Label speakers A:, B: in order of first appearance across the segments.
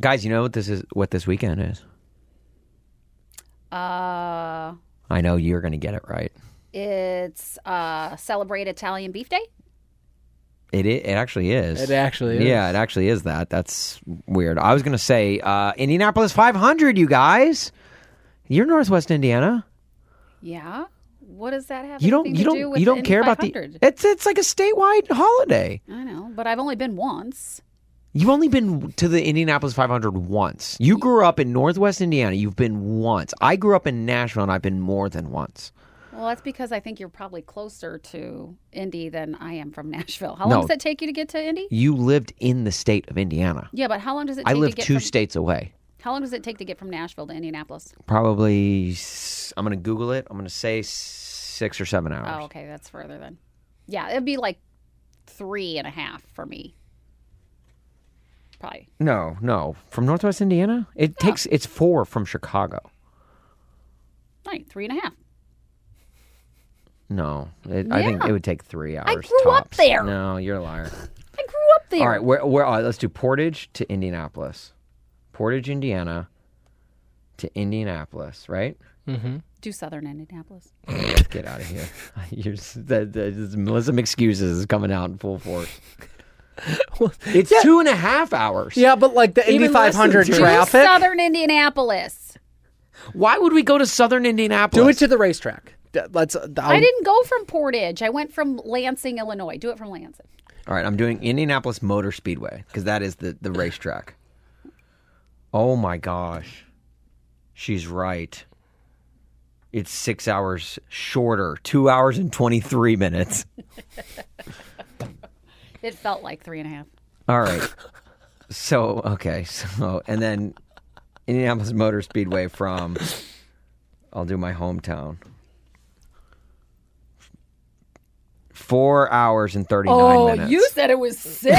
A: Guys, you know what this is what this weekend is?
B: Uh,
A: I know you're gonna get it right.
B: it's uh, celebrate Italian Beef Day.
A: It it, it actually is.
C: It actually is.
A: Yeah, it actually is that. That's weird. I was gonna say uh, Indianapolis 500. You guys, you're Northwest Indiana.
B: Yeah. What does that have?
A: You don't
B: anything
A: you
B: to do
A: don't
B: with
A: you don't
B: Indy
A: care about the.
B: 500?
A: It's it's like a statewide holiday.
B: I know, but I've only been once.
A: You've only been to the Indianapolis 500 once. You grew up in Northwest Indiana. You've been once. I grew up in Nashville, and I've been more than once.
B: Well, that's because I think you're probably closer to Indy than I am from Nashville. How
A: No.
B: long does it take you to get to Indy?
A: You lived in the state of Indiana.
B: Yeah, but how long does it?
A: I
B: take
A: live
B: to get
A: two
B: from,
A: states away.
B: How long does it take to get from Nashville to Indianapolis?
A: probably s- i'm gonna google it i'm gonna say six or seven hours
B: Oh, okay, that's further then. Yeah, it'd be like three and a half for me. Probably.
A: no no from northwest indiana it takes it's four from chicago
B: Right, three and a half.
A: no it, i think it
B: Yeah.
A: would take three hours
B: grew up
A: tops.
B: there.
A: no you're a liar
B: I grew up there.
A: all right where, where all right, let's do portage to indianapolis portage indiana to indianapolis right
B: Do southern Indianapolis.
A: get out of here You're, s- that, that is, melissa excuses is coming out in full force it's two and a half hours
C: Yeah, but like the Indy
A: Even less than
C: 500
A: two.
B: Do
C: traffic,
B: southern Indianapolis.
A: why would we go to southern indianapolis
C: do it to the racetrack. D- Let's. uh, I'll-
B: I
A: Oh.
B: didn't go from Portage. I went from Lansing, Illinois. Do it from Lansing.
A: All right, I'm doing Indianapolis Motor Speedway because that is the, the racetrack. Oh my gosh. She's right. It's six hours shorter, two hours and 23 minutes.
B: It felt like three and a half.
A: All right. So, okay. So, and then Indianapolis Motor Speedway from, I'll do my hometown. Four hours and 39 minutes.
B: Oh, said it was six.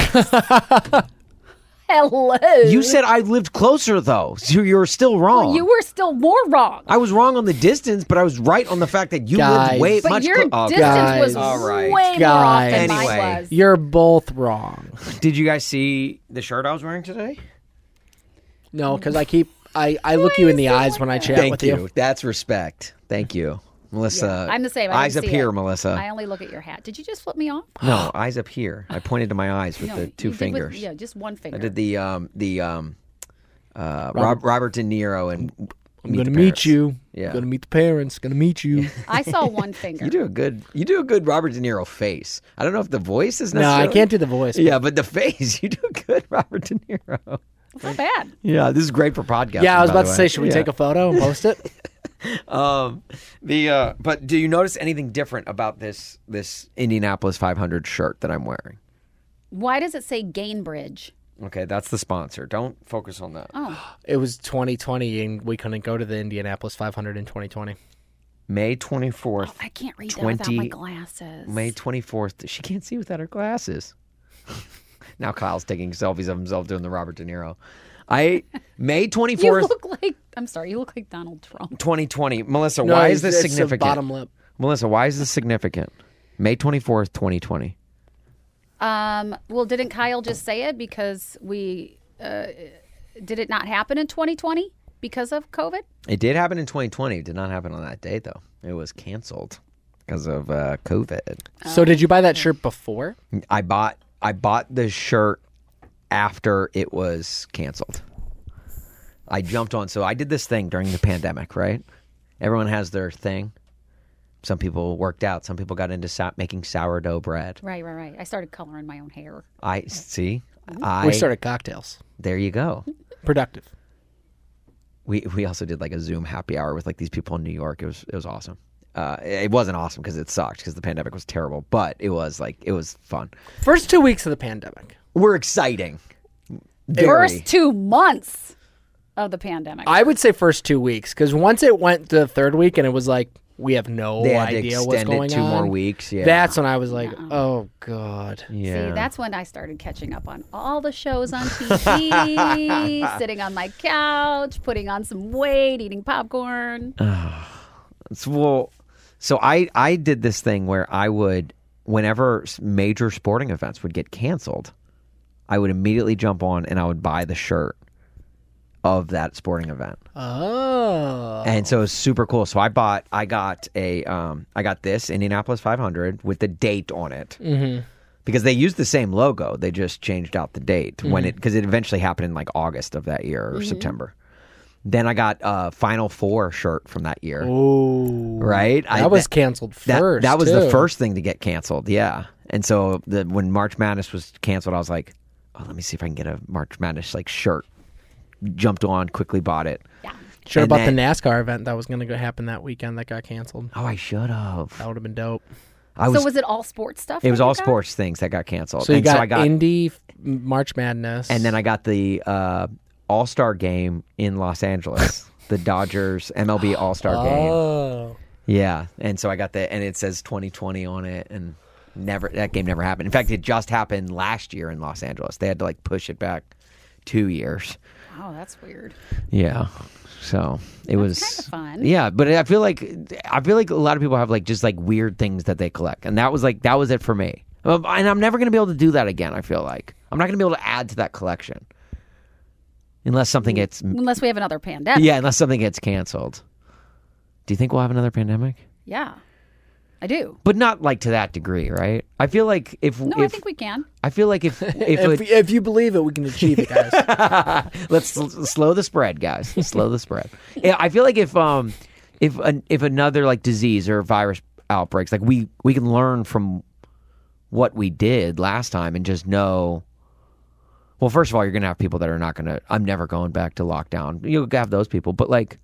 B: Hello.
A: You said I lived closer though, so you're still wrong. Uh,
B: you were still more wrong.
A: I was wrong on the distance, but I was right on the fact that you
C: Guys.
A: lived way
B: but
A: much.
B: your
A: clo- oh,
B: distance
C: guys.
B: was
A: All right.
B: way more off
C: Guys.
B: than
A: Anyway.
B: mine was.
C: You're both wrong.
A: Did you guys see the shirt I was wearing today?
C: No, because I keep. I, I look you in the eyes when I chat
A: Thank
C: with
A: you.
C: you.
A: That's respect. Thank you, Melissa.
B: I'm the same. I
A: eyes
B: didn't
A: up
B: see
A: here,
B: it.
A: Melissa.
B: I only look at your hat. Did you just flip me off?
A: no, eyes up here. I pointed to my eyes with
B: No,
A: the
B: you
A: two
B: did with- uh,
A: fingers.
B: yeah, just one
A: I
B: finger.
A: did the um the um uh Rob, Robert De Niro and
C: I'm gonna meet you.
A: Yeah.
C: Gonna meet the parents. Gonna meet you.
B: I saw one finger.
A: You do a good you do a good Robert De Niro face. I don't know if the voice is
C: no, I
A: necessarily
C: can't do the voice.
A: Yeah, but the face, you do a good Robert De Niro.
B: It's not bad.
A: Yeah, this is great for podcasting.
C: Yeah, I was
A: by the
C: about to
A: way.
C: say, should we
A: Yeah.
C: take a photo and post it?
A: Um, the uh, but do you notice anything different about this this Indianapolis 500 shirt that I'm wearing?
B: Why does it say Gainbridge?
A: Okay, that's the sponsor. Don't focus on that.
B: Oh.
C: It was 2020, and we couldn't go to the Indianapolis 500 in 2020.
A: May 24th.
B: Oh, I can't read that without
A: 20
B: my glasses.
A: May 24th. She can't see without her glasses. now Kyle's taking selfies of himself doing the Robert De Niro. I May
B: you
A: 24th,
B: look like I'm sorry. You look like Donald Trump.
A: 2020. Melissa,
C: No,
A: why is this
C: it's- it's the
A: significant?
C: Bottom lip.
A: Melissa, why is this significant? May 24th, 2020.
B: Um, well, didn't Kyle just say it because we uh, did it not happen in 2020 because of COVID?
A: It did happen in 2020. It did not happen on that day, though. It was canceled because of uh, COVID.
C: So, did you buy that shirt before?
A: I bought I bought the shirt after it was canceled. I jumped on. So I did this thing during the pandemic, right? Everyone has their thing. Some people worked out. Some people got into sou- making sourdough bread.
B: Right, right, right. I started coloring my own hair.
A: I see. I
C: we started cocktails.
A: there you go.
C: Productive.
A: we we also did like a Zoom happy hour with like these people in New York. It was it was awesome. Uh, it wasn't awesome because it sucked because the pandemic was terrible, but it was like it was fun.
C: First two weeks of the pandemic.
A: We're exciting. Very.
B: First two months of the pandemic.
C: I would say first two weeks because once it went to the third week and it was like we have no
A: They had to
C: idea what's
A: extend it
C: going
A: two more
C: on,
A: weeks, yeah.
C: that's when I was like, oh god.
A: yeah.
B: See, that's when I started catching up on all the shows on TV, sitting on my couch, putting on some weight, eating popcorn.
A: So, well, so I I did this thing where I would whenever s- major sporting events would get canceled, I would immediately jump on and I would buy the shirt of that sporting event.
C: Oh.
A: and so it was super cool. So I bought, I got a, um, I got this Indianapolis 500 with the date on it mm-hmm. because they used the same logo. They just changed out the date
C: Mm-hmm.
A: when it because it eventually happened in like August of that year or September. Then I got a Final Four shirt from that year.
C: Ooh.
A: Right, I-
C: That was canceled
A: that,
C: first.
A: That was the
C: too.
A: first thing to get canceled. Yeah, and so the, when March Madness was canceled, I was like, "Oh, let me see if I can get a March Madness like shirt." Jumped on quickly, bought it. and
C: Should have bought
A: then-
C: the NASCAR event that was going to go happen that weekend that got canceled.
A: Oh, I should have.
C: That would have been dope.
A: I
B: so was it all sports stuff?
A: It was
B: that you
A: all
B: got?
A: sports things that got canceled.
C: So you
A: Oh, and
C: got,
A: so I got
C: Indy f- March Madness,
A: and then I got the uh, All Star game in Los Angeles, the Dodgers MLB All Star game.
C: oh,
A: Yeah, and so I got the and it says 2020 on it, and never that game never happened. In fact, it just happened last year in Los Angeles. They had to like push it back two years.
B: Wow, Oh, that's weird.
A: Yeah. So it was
B: kinda fun.
A: Yeah, but I feel like I feel like a lot of people have like just like weird things that they collect, and that was like that was it for me. Well, And I'm never gonna be able to do that again. I feel like I'm not gonna be able to add to that collection unless something gets
B: Unless we have another pandemic.
A: yeah, unless something gets canceled. Do you think we'll have another pandemic?
B: Yeah, I do.
A: But not like to that degree, right? I feel like if
B: No, I
A: if
B: think we can.
A: I feel like if
C: if,
A: if it,
C: if you believe it, we can achieve it, guys.
A: let's s- slow the spread, guys. Slow the spread. Yeah, I feel like if um if an, if another like disease or virus outbreaks, like we we can learn from what we did last time and just know. Well, first of all, you're gonna have people that are not gonna. I'm never going back to lockdown. You'll have those people, but like,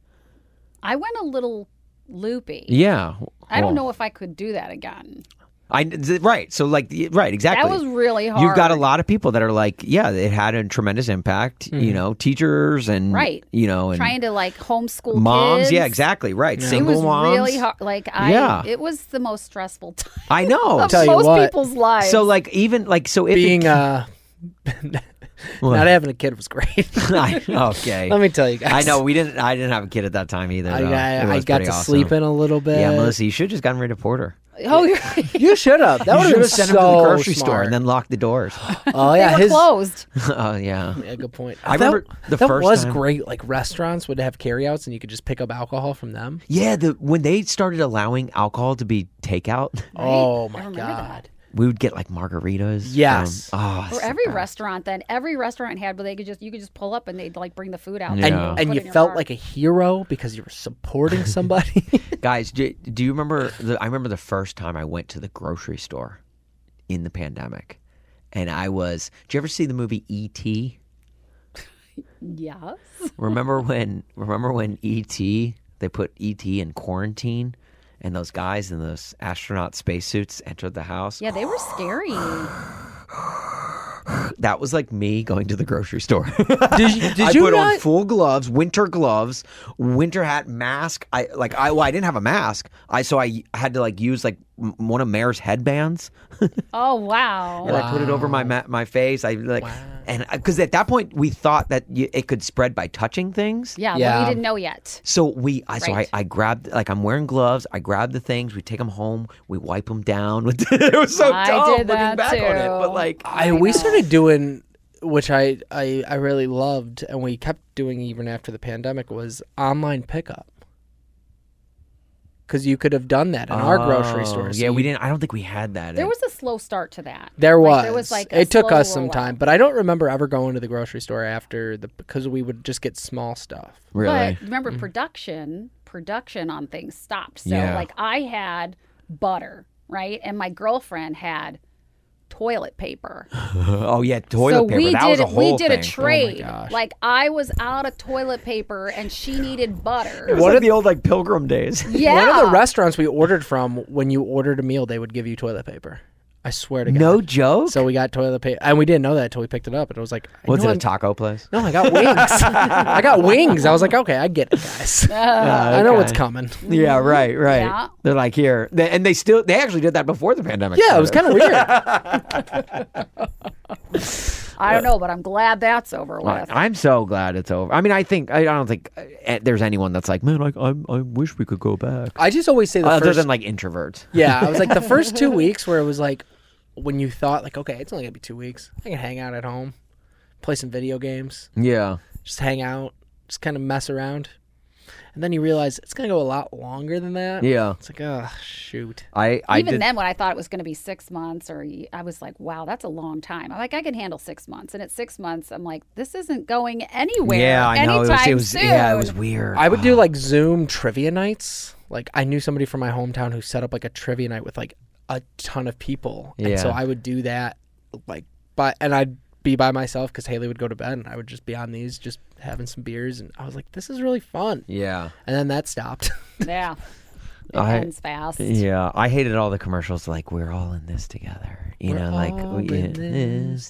B: I went a little loopy.
A: yeah, Oh.
B: I
A: well,
B: don't know if I could do that again.
A: I th- right. So like y- right, exactly.
B: That was really hard.
A: You've got a lot of people that are like, yeah, it had a tremendous impact. You know, teachers and
B: Right.
A: You know, and
B: trying to like homeschool
A: moms.
B: kids.
A: Yeah, exactly. Right,
B: It
A: single
B: was
A: moms.
B: really hard. Like I,
A: Yeah.
B: it was the most stressful time
A: I know.
B: of
C: Tell you
B: most
C: what.
B: people's lives.
A: so like even like so if
C: Being
A: it,
C: uh, not having a kid was great.
A: I- okay.
C: Let me tell you guys.
A: I know we didn't. I didn't have a kid at that time either.
C: I
A: though.
C: got,
A: uh, It
C: I
A: was
C: got
A: pretty
C: to
A: awesome.
C: sleep in a little bit.
A: Yeah, Melissa, you should have just gotten rid of Porter.
B: oh, you're right.
C: You should have.
A: You
C: That would have
A: should
C: been
A: have sent
C: so
A: him to the grocery store
C: smart.
A: and then locked the doors.
C: oh
B: they
C: yeah,
B: were
C: his.
B: closed.
A: oh yeah.
C: Yeah, good point.
A: I
C: That-
A: remember the
C: that
A: first
C: was
A: time-
C: great. Like restaurants would have carryouts, and you could just pick up alcohol from them.
A: Yeah, the when they started allowing alcohol to be takeout,
C: Oh
B: I
C: my
B: remember that.
C: god.
A: we would get like margaritas.
C: Yes.
A: from- oh,
B: Or
A: it's
B: every
A: the best.
B: restaurant then every restaurant had where they could just you could just pull up and they'd like bring the food out.
A: Yeah.
C: And, and you felt like a hero because you were supporting somebody.
A: Guys, do, do you remember? The, I remember the first time I went to the grocery store in the pandemic, and I was. Did you ever see the movie E E.T.?
B: yes.
A: Remember when? Remember when E.T. They put E.T. in quarantine, and those guys in those astronaut spacesuits entered the house.
B: Yeah, they were scary.
A: that was like me going to the grocery store.
C: did you,
A: I
C: did you
A: put on
C: not?
A: full gloves, winter gloves, winter hat, mask. I like I well, I didn't have a mask. I so I had to like use like m- one of Mayor's headbands.
B: Oh wow.
A: and I put it over my ma- my face. I like and because at that point we thought that y it could spread by touching things.
B: Yeah, but
C: Yeah.
B: we didn't know yet.
A: So we, I, so I,
B: Right.
A: I grabbed like I'm wearing gloves. I grab the things. We take them home. We wipe them down. With it was so
B: I
A: dumb
B: did
A: looking
B: that
A: back on it, but
B: too.
A: like
C: I we started doing which I, I I really loved and we kept doing even after the pandemic was online pickup. because you could have done that in our grocery store.
A: Oh, Yeah, we didn't. I don't think we had that.
B: There
A: in-
B: was a slow start to that.
C: There was.
B: Like, there was like a
C: it took
B: slow
C: us some
B: rollout.
C: time, but I don't remember ever going to the grocery store after the because we would just get small stuff.
A: really.
B: But remember, production production on things stopped. So
A: Yeah.
B: like I had butter, right, and my girlfriend had toilet paper.
A: oh yeah, toilet
B: so
A: paper.
B: we
A: that
B: did
A: was a whole
B: we did
A: thing. Oh
B: a trade.
C: gosh.
B: like I was out of toilet paper and she needed butter.
A: What are the old like pilgrim days?
B: yeah.
C: One of the restaurants we ordered from, when you ordered a meal, they would give you toilet paper. I swear to God.
A: no joke.
C: So we got toilet paper, and we didn't know that until we picked it up, and it was like, I
A: was
C: know
A: it a
C: I'm-
A: taco place?
C: No, Oh, I got wings. I got wings. I was like, okay, I get it, guys. Uh, I know what's coming.
A: Yeah, right, right.
B: Yeah.
A: They're like here, They- and they still they actually did that before the pandemic.
C: Yeah, it was
A: started.
C: kind of weird.
B: I don't know, but I'm glad that's over with.
A: I- I'm so glad it's over. I mean, I think I, I don't think uh, eh, there's anyone that's like, man, I, I, I wish we could go back.
C: I just always say the
A: Other
C: first.
A: than like introverts.
C: yeah, I was like the first two weeks where it was like, when you thought like, okay, it's only gonna be two weeks. I can hang out at home, play some video games,
A: Yeah.
C: just hang out, just kind of mess around, and then you realize it's gonna go a lot longer than that.
A: Yeah.
C: It's like, oh shoot.
A: I I
B: Even
A: did.
B: then, when I thought it was going to be six months, or y- I was like, "Wow, that's a long time." I'm like, "I can handle six months," and at six months, I'm like, "This isn't going anywhere."
A: yeah, I know. It was,
B: anytime
A: it was
B: soon.
A: yeah, it was weird.
C: I would do like Zoom trivia nights. Like I knew somebody from my hometown who set up like a trivia night with like a ton of people, and so
A: Yeah.
C: I would do that. Like, but and I'd be by myself because Haley would go to bed, and I would just be on these, just having some beers, and I was like, this is really fun.
A: yeah.
C: And then that stopped.
B: Yeah, it
A: I-
B: ends fast.
A: Yeah, I hated all the commercials. Like we're all in this together, you know, like
C: all
A: we
C: in
A: in
C: this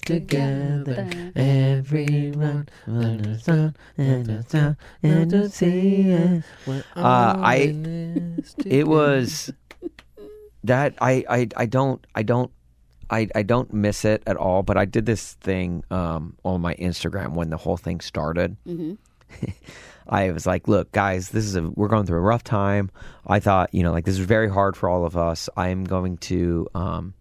A: this together.
B: together.
A: Everyone understand, understand, understand. Uh, I- It was that I, I I don't I don't I I don't miss it at all. But I did this thing um, on my Instagram when the whole thing started. I was like, look, guys, this is a we're going through a rough time. I thought, you know, like this is very hard for all of us. I am going to, um,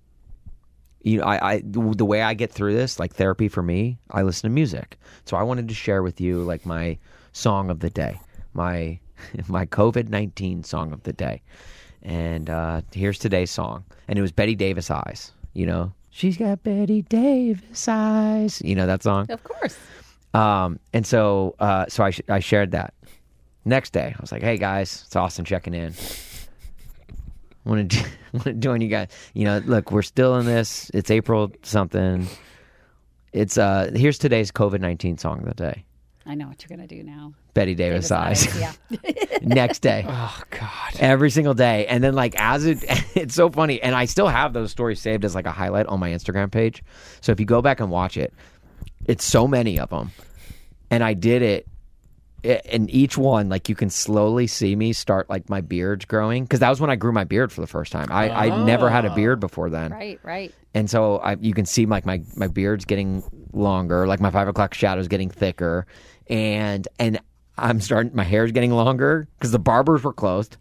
A: you know, I, I the way I get through this, like therapy for me, I listen to music. So I wanted to share with you like my song of the day, my my COVID nineteen song of the day, and uh, here's today's song, and it was Betty Davis Eyes. You know, she's got Betty Davis eyes. You know that song.
B: Of course.
A: Um, and so, uh, so I, sh- I shared that. Next day, I was like, "Hey guys, it's Austin checking in. Want to want to join you guys? You know, look, we're still in this. It's April something. It's uh, here's today's COVID nineteen song of the day.
B: I know what you're going to do now.
A: Betty Davis, eyes.
B: Yeah.
A: Next day,
C: Oh God.
A: every single day, and then like as it, it's so funny, and I still have those stories saved as like a highlight on my Instagram page. So if you go back and watch it, it's so many of them, and I did it it- and each one like you can slowly see me start like my beard's growing because that was when i grew my beard for the first time i, I never had a beard before then
B: Right, right.
A: and so I, you can see like my, my beard's getting longer like my five o'clock shadow's getting thicker and and i'm starting my hair's getting longer because the barbers were cled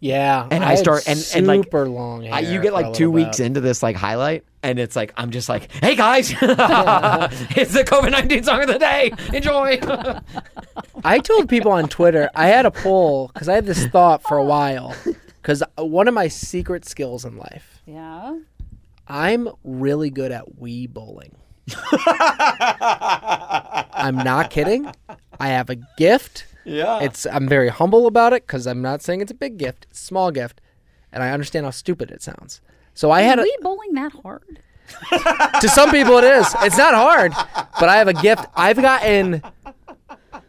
C: Yeah.
A: And I
C: had
A: start- and-
C: super
A: and, like,
C: long. Hair
A: I, you get
C: for a
A: like two
C: little
A: weeks
C: bit.
A: into this like highlight and it's like i'm just like hey guys it's the covid-19 song of the day enjoy
C: I told people on Twitter I had a poll because I had this thought for a while because one of my secret skills in life
B: Yeah.
C: I'm really good at wee bowling. I'm not kidding. I have a gift. Yeah. It's I'm very humble about it cuz I'm not saying it's a big gift, it's a small gift, and I understand how stupid it sounds. So I had
B: Are
C: a,
B: we bowling that hard?
C: to some people it is. It's not hard, but I have a gift. I've gotten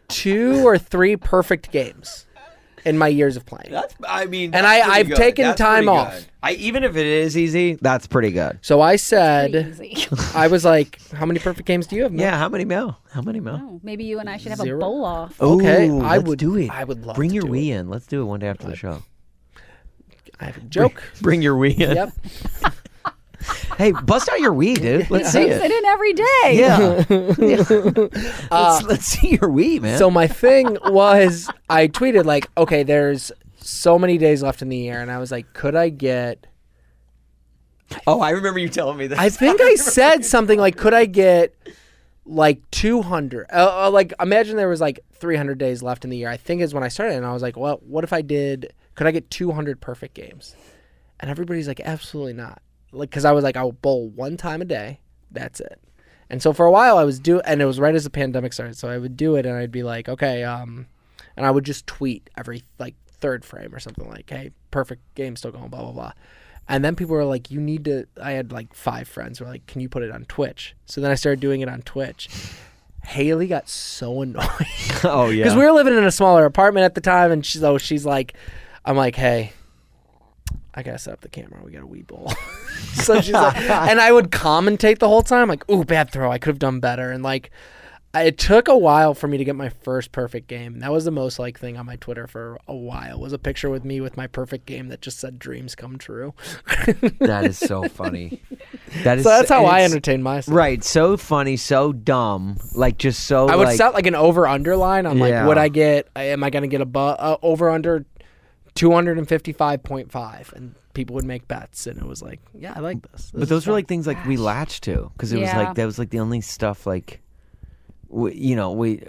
C: two or three perfect games in my years of playing.
A: That's, I mean, that's
C: And I-
A: pretty
C: I've
A: good.
C: taken
A: That's
C: time
A: pretty
C: off.
A: good. I even if it is easy, that's pretty good.
C: So I said
B: Easy.
C: I was like, how many perfect games do you have? Mo?"
A: Yeah, how many mil? How many mil?
B: Oh, Maybe you and I should have
C: Zero.
B: a bowl off.
A: Oh.
C: Okay,
A: Ooh,
C: I
A: let's
C: would
A: do it.
C: I would love
A: Bring
C: to
A: your
C: do
A: Wii in. Let's do it one day after the show.
C: I have a joke.
A: Bring your Wii in.
C: yep.
A: Hey, bust out your Wii, dude. Let's see
B: Sit
A: it.
B: in every day.
A: Yeah. Yeah. let's, let's see your Wii, man.
C: So my thing was, I tweeted like, okay, there's so many days left in the year, and I was like, could I get?
A: oh, I remember you telling me this.
C: I think I said something like, could I get like 200? Uh, uh, like, imagine there was like 300 days left in the year. I think is when I started, and I was like, well, what if I did could I get 200 perfect games? And everybody's like, absolutely not. Like, because I was like, I'll bowl one time a day. That's it. And so for a while, I was do, and it was right as the pandemic started. So I would do it, and I'd be like, okay, um, and I would just tweet every like third frame or something like, hey, perfect game still going, blah blah blah. And then people were like, you need to. I had like five friends who were like, can you put it on Twitch? So then I started doing it on Twitch. Haley got so annoyed.
A: Oh yeah.
C: Because we were living in a smaller apartment at the time, and she's so she's like, I'm like, hey, I gotta set up the camera. We got a wee bowl. so she's like, and I would commentate the whole time, like, ooh, bad throw. I could have done better. And like, I, it took a while for me to get my first perfect game. That was the most like thing on my Twitter for a while. Was a picture with me with my perfect game that just said dreams come true.
A: that is so funny. That is
C: so that's how I
A: it's-
C: entertain myself.
A: Right, so funny, so dumb, like just so.
C: I would
A: like,
C: set like an over underline on like
A: Yeah.
C: would I get uh, am I going to get above uh, over under 255.5 and people would make bets and it was like yeah I like this.
A: But those were like things like we latched to because it was
B: Yeah.
A: like that was like the only stuff like, we, you know, we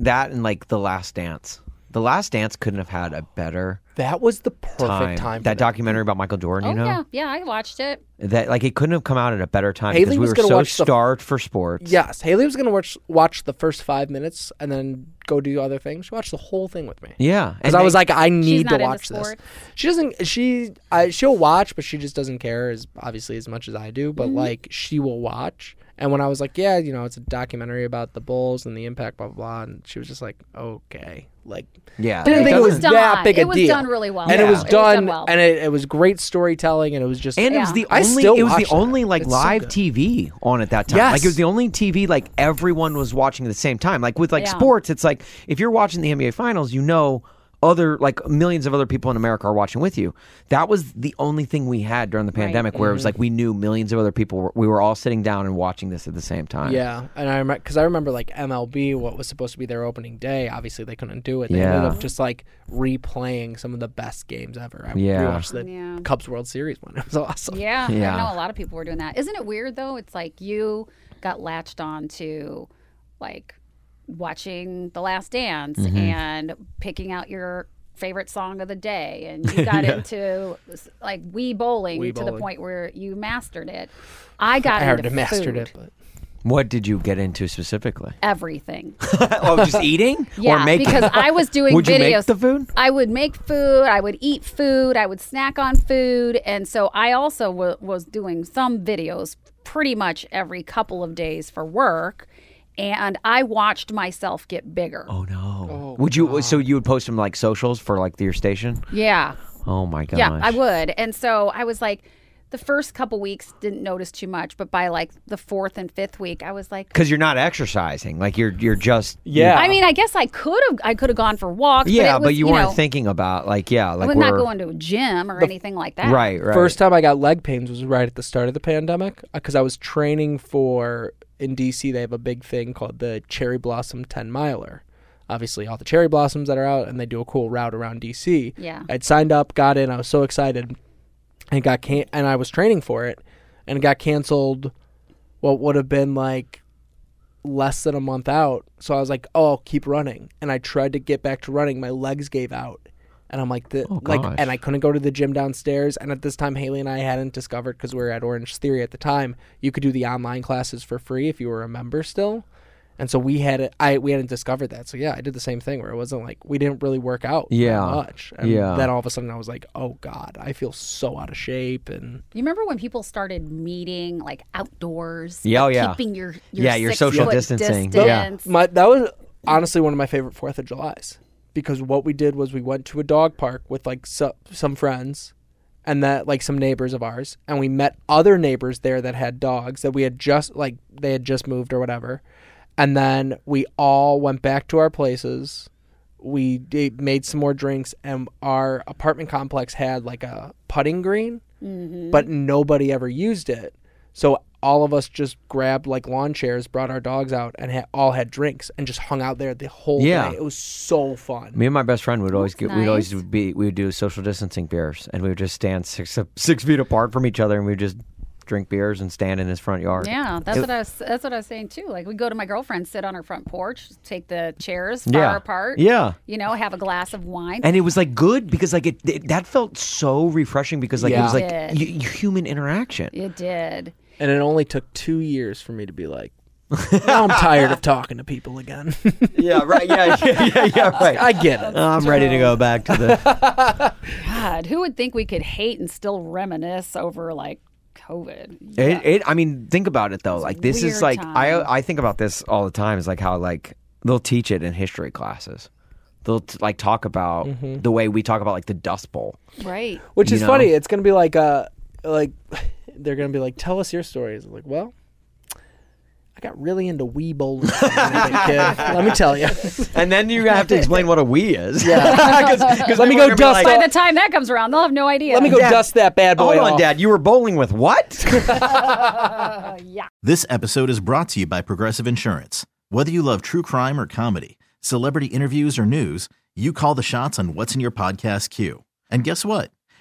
A: that and like the Last Dance. The Last Dance couldn't have had a better
C: that was the perfect
A: time.
C: time.
A: that documentary about Michael Jordan,
B: Oh
A: you know,
B: yeah, yeah, I watched it.
A: that like it couldn't have come out at a better time
C: Haley
A: because we
C: was
A: were
C: gonna
A: so
C: watch the-
A: starved for sports.
C: Yes, Haley was going to watch watch the first 5 minutes and then go do other things. She watched the whole thing with me.
A: yeah.
C: Cuz I was like I need
B: not
C: to
B: into
C: watch this.
B: sports.
C: She doesn't she I, she'll watch but she just doesn't care as obviously as much as I do,
B: Mm-hmm.
C: but like she will watch. And when I was like, yeah, you know, it's a documentary about the Bulls and the impact blah blah, blah and she was just like, "Okay." Like
A: yeah,
C: didn't think it was
B: was done.
C: that big a
B: It was
C: deal.
B: done really well.
C: And it
B: Yeah.
C: was
B: It was
C: done,
B: done well.
C: and it, it was great storytelling, and it was just
A: And it was
B: Yeah.
A: the
C: I
A: only
C: still
A: it was the
C: watch that.
A: only like
C: It's so
A: live
C: good.
A: TV on at that time.
C: Yes.
A: Like it was the only TV like everyone was watching at the same time. Like with like
B: Yeah.
A: sports, it's like if you're watching the NBA finals, you know other like millions of other people in America are watching with you. That was the only thing we had during the pandemic where it
C: Mm-hmm.
A: was like we knew millions of other people were, we were all sitting down and watching this at the same time.
C: Yeah, and I remember because I remember like MLB, what was supposed to be their opening day. Obviously, they couldn't do it. They
A: Yeah.
C: ended up just like replaying some of the best games ever. I
A: Yeah.
C: rewatched the
B: Yeah.
C: Cubs World Series one. It was awesome.
B: Yeah,
A: Yeah.
B: I know a lot of people were doing that. Isn't it weird though? It's like you got latched on to like watching The Last Dance
C: Mm-hmm.
B: and picking out your favorite song of the day and you got into like wee bowling
C: Wii
B: to the
C: bowling.
B: point where you mastered it. I got
C: I already
B: into
C: mastered
B: food,
C: it, but
A: What did you get into specifically?
B: Everything.
A: oh, just eating
B: Yeah,
A: or making
B: because I was doing
A: Would you
B: videos.
A: make the food?
B: I would make food. I would eat food. I would snack on food, and so I also wa was doing some videos pretty much every couple of days for work, and I watched myself get bigger.
A: Oh no! would you? So you would post them like socials for like your station?
B: Yeah,
A: Oh my gosh!
B: yeah, I would, and so I was like. The first couple weeks didn't notice too much, but by like the fourth and fifth week, I was like,
A: because you're not exercising. Like you're you're just
C: Yeah.
B: I mean, I guess I could have, I could have gone for walks.
A: yeah,
B: but, it was,
A: but you, weren't
B: know,
A: thinking about like yeah,
B: I
A: like
B: was
A: we're
B: not going to a gym or anything like that.
A: right, right.
C: first time I got leg pains was right at the start of the pandemic because I was training for in DC. They have a big thing called the Cherry Blossom Ten Miler. Obviously, all the cherry blossoms that are out, and they do a cool route around DC.
B: Yeah.
C: I'd signed up, got in. I was so excited, and got can- and I was training for it, and it got canceled. What would have been like less than a month out. So I was like, "Oh, I'll keep running." And I tried to get back to running. My legs gave out, and I'm like, the, "Like,"
A: Oh, gosh.
C: and I couldn't go to the gym downstairs. And at this time, Haley and I hadn't discovered because we were at Orange Theory at the time. You could do the online classes for free if you were a member still. And so we had I we hadn't discovered that. So yeah, I did the same thing where it wasn't like we didn't really work out that
A: Yeah.
C: much. And
A: Yeah.
C: then all of a sudden I was like, "Oh god, I feel so out of shape." And
B: You remember when people started meeting like outdoors?
A: Yeah,
B: like,
A: oh, yeah.
B: Keeping your, your
A: Yeah, your
B: six
A: social
B: foot
A: distancing.
B: distance.
C: My that was honestly one of my favorite Fourth of July's because what we did was we went to a dog park with like so, some friends and that like some neighbors of ours and we met other neighbors there that had dogs that we had just like they had just moved or whatever and then we all went back to our places we did, made some more drinks and our apartment complex had like a putting green but nobody ever used it so all of us just grabbed like lawn chairs brought our dogs out and ha- all had drinks and just hung out there the whole
A: Yeah.
C: day it was so fun
A: me and my best friend would always get, we'd always
B: nice.
A: be we would do social distancing beers and we would just stand six six feet apart from each other and we would just drink beers, and stand in his front yard.
B: Yeah, that's what I was. That's what I was saying too. Like we go to my girlfriend, sit on her front porch, take the chairs far
A: Yeah.
B: apart.
A: Yeah.
B: you know, have a glass of wine.
A: And it was like good because like it, it that felt so refreshing because like it
C: Yeah.
A: was like
B: Yeah.
A: y- y- human interaction.
B: it did.
C: And it only took two years for me to be like, now I'm tired of talking to people again.
A: Yeah, right. Yeah, yeah, yeah, yeah right.
C: I get it.
A: I'm ready to go back to the.
B: God, who would think we could hate and still reminisce over like COVID?
A: It, it. I mean, think about it though. Like this is
B: weird
A: like
B: time.
A: I I think about this all the time. Is like how like they'll teach it in history classes. They'll t- like talk about the way we talk about like the Dust Bowl.
B: Right.
C: Which
A: You
C: is
A: know?
C: funny. It's gonna be like uh like they're gonna be like, Tell us your stories. I'm like, well, I got really into Wii bowling when I was a kid. Let me tell you.
A: And then you have to explain what a we is. Yeah. Because
C: Let me go dust
B: By the time that comes around, they'll have no idea.
C: Let me go
A: Dad.
C: dust that bad boy.
A: Hold on,
C: off.
A: Dad. You were bowling with what?
D: This episode is brought to you by Progressive Insurance. Whether you love true crime or comedy, celebrity interviews or news, you call the shots on what's in your podcast queue. And guess what?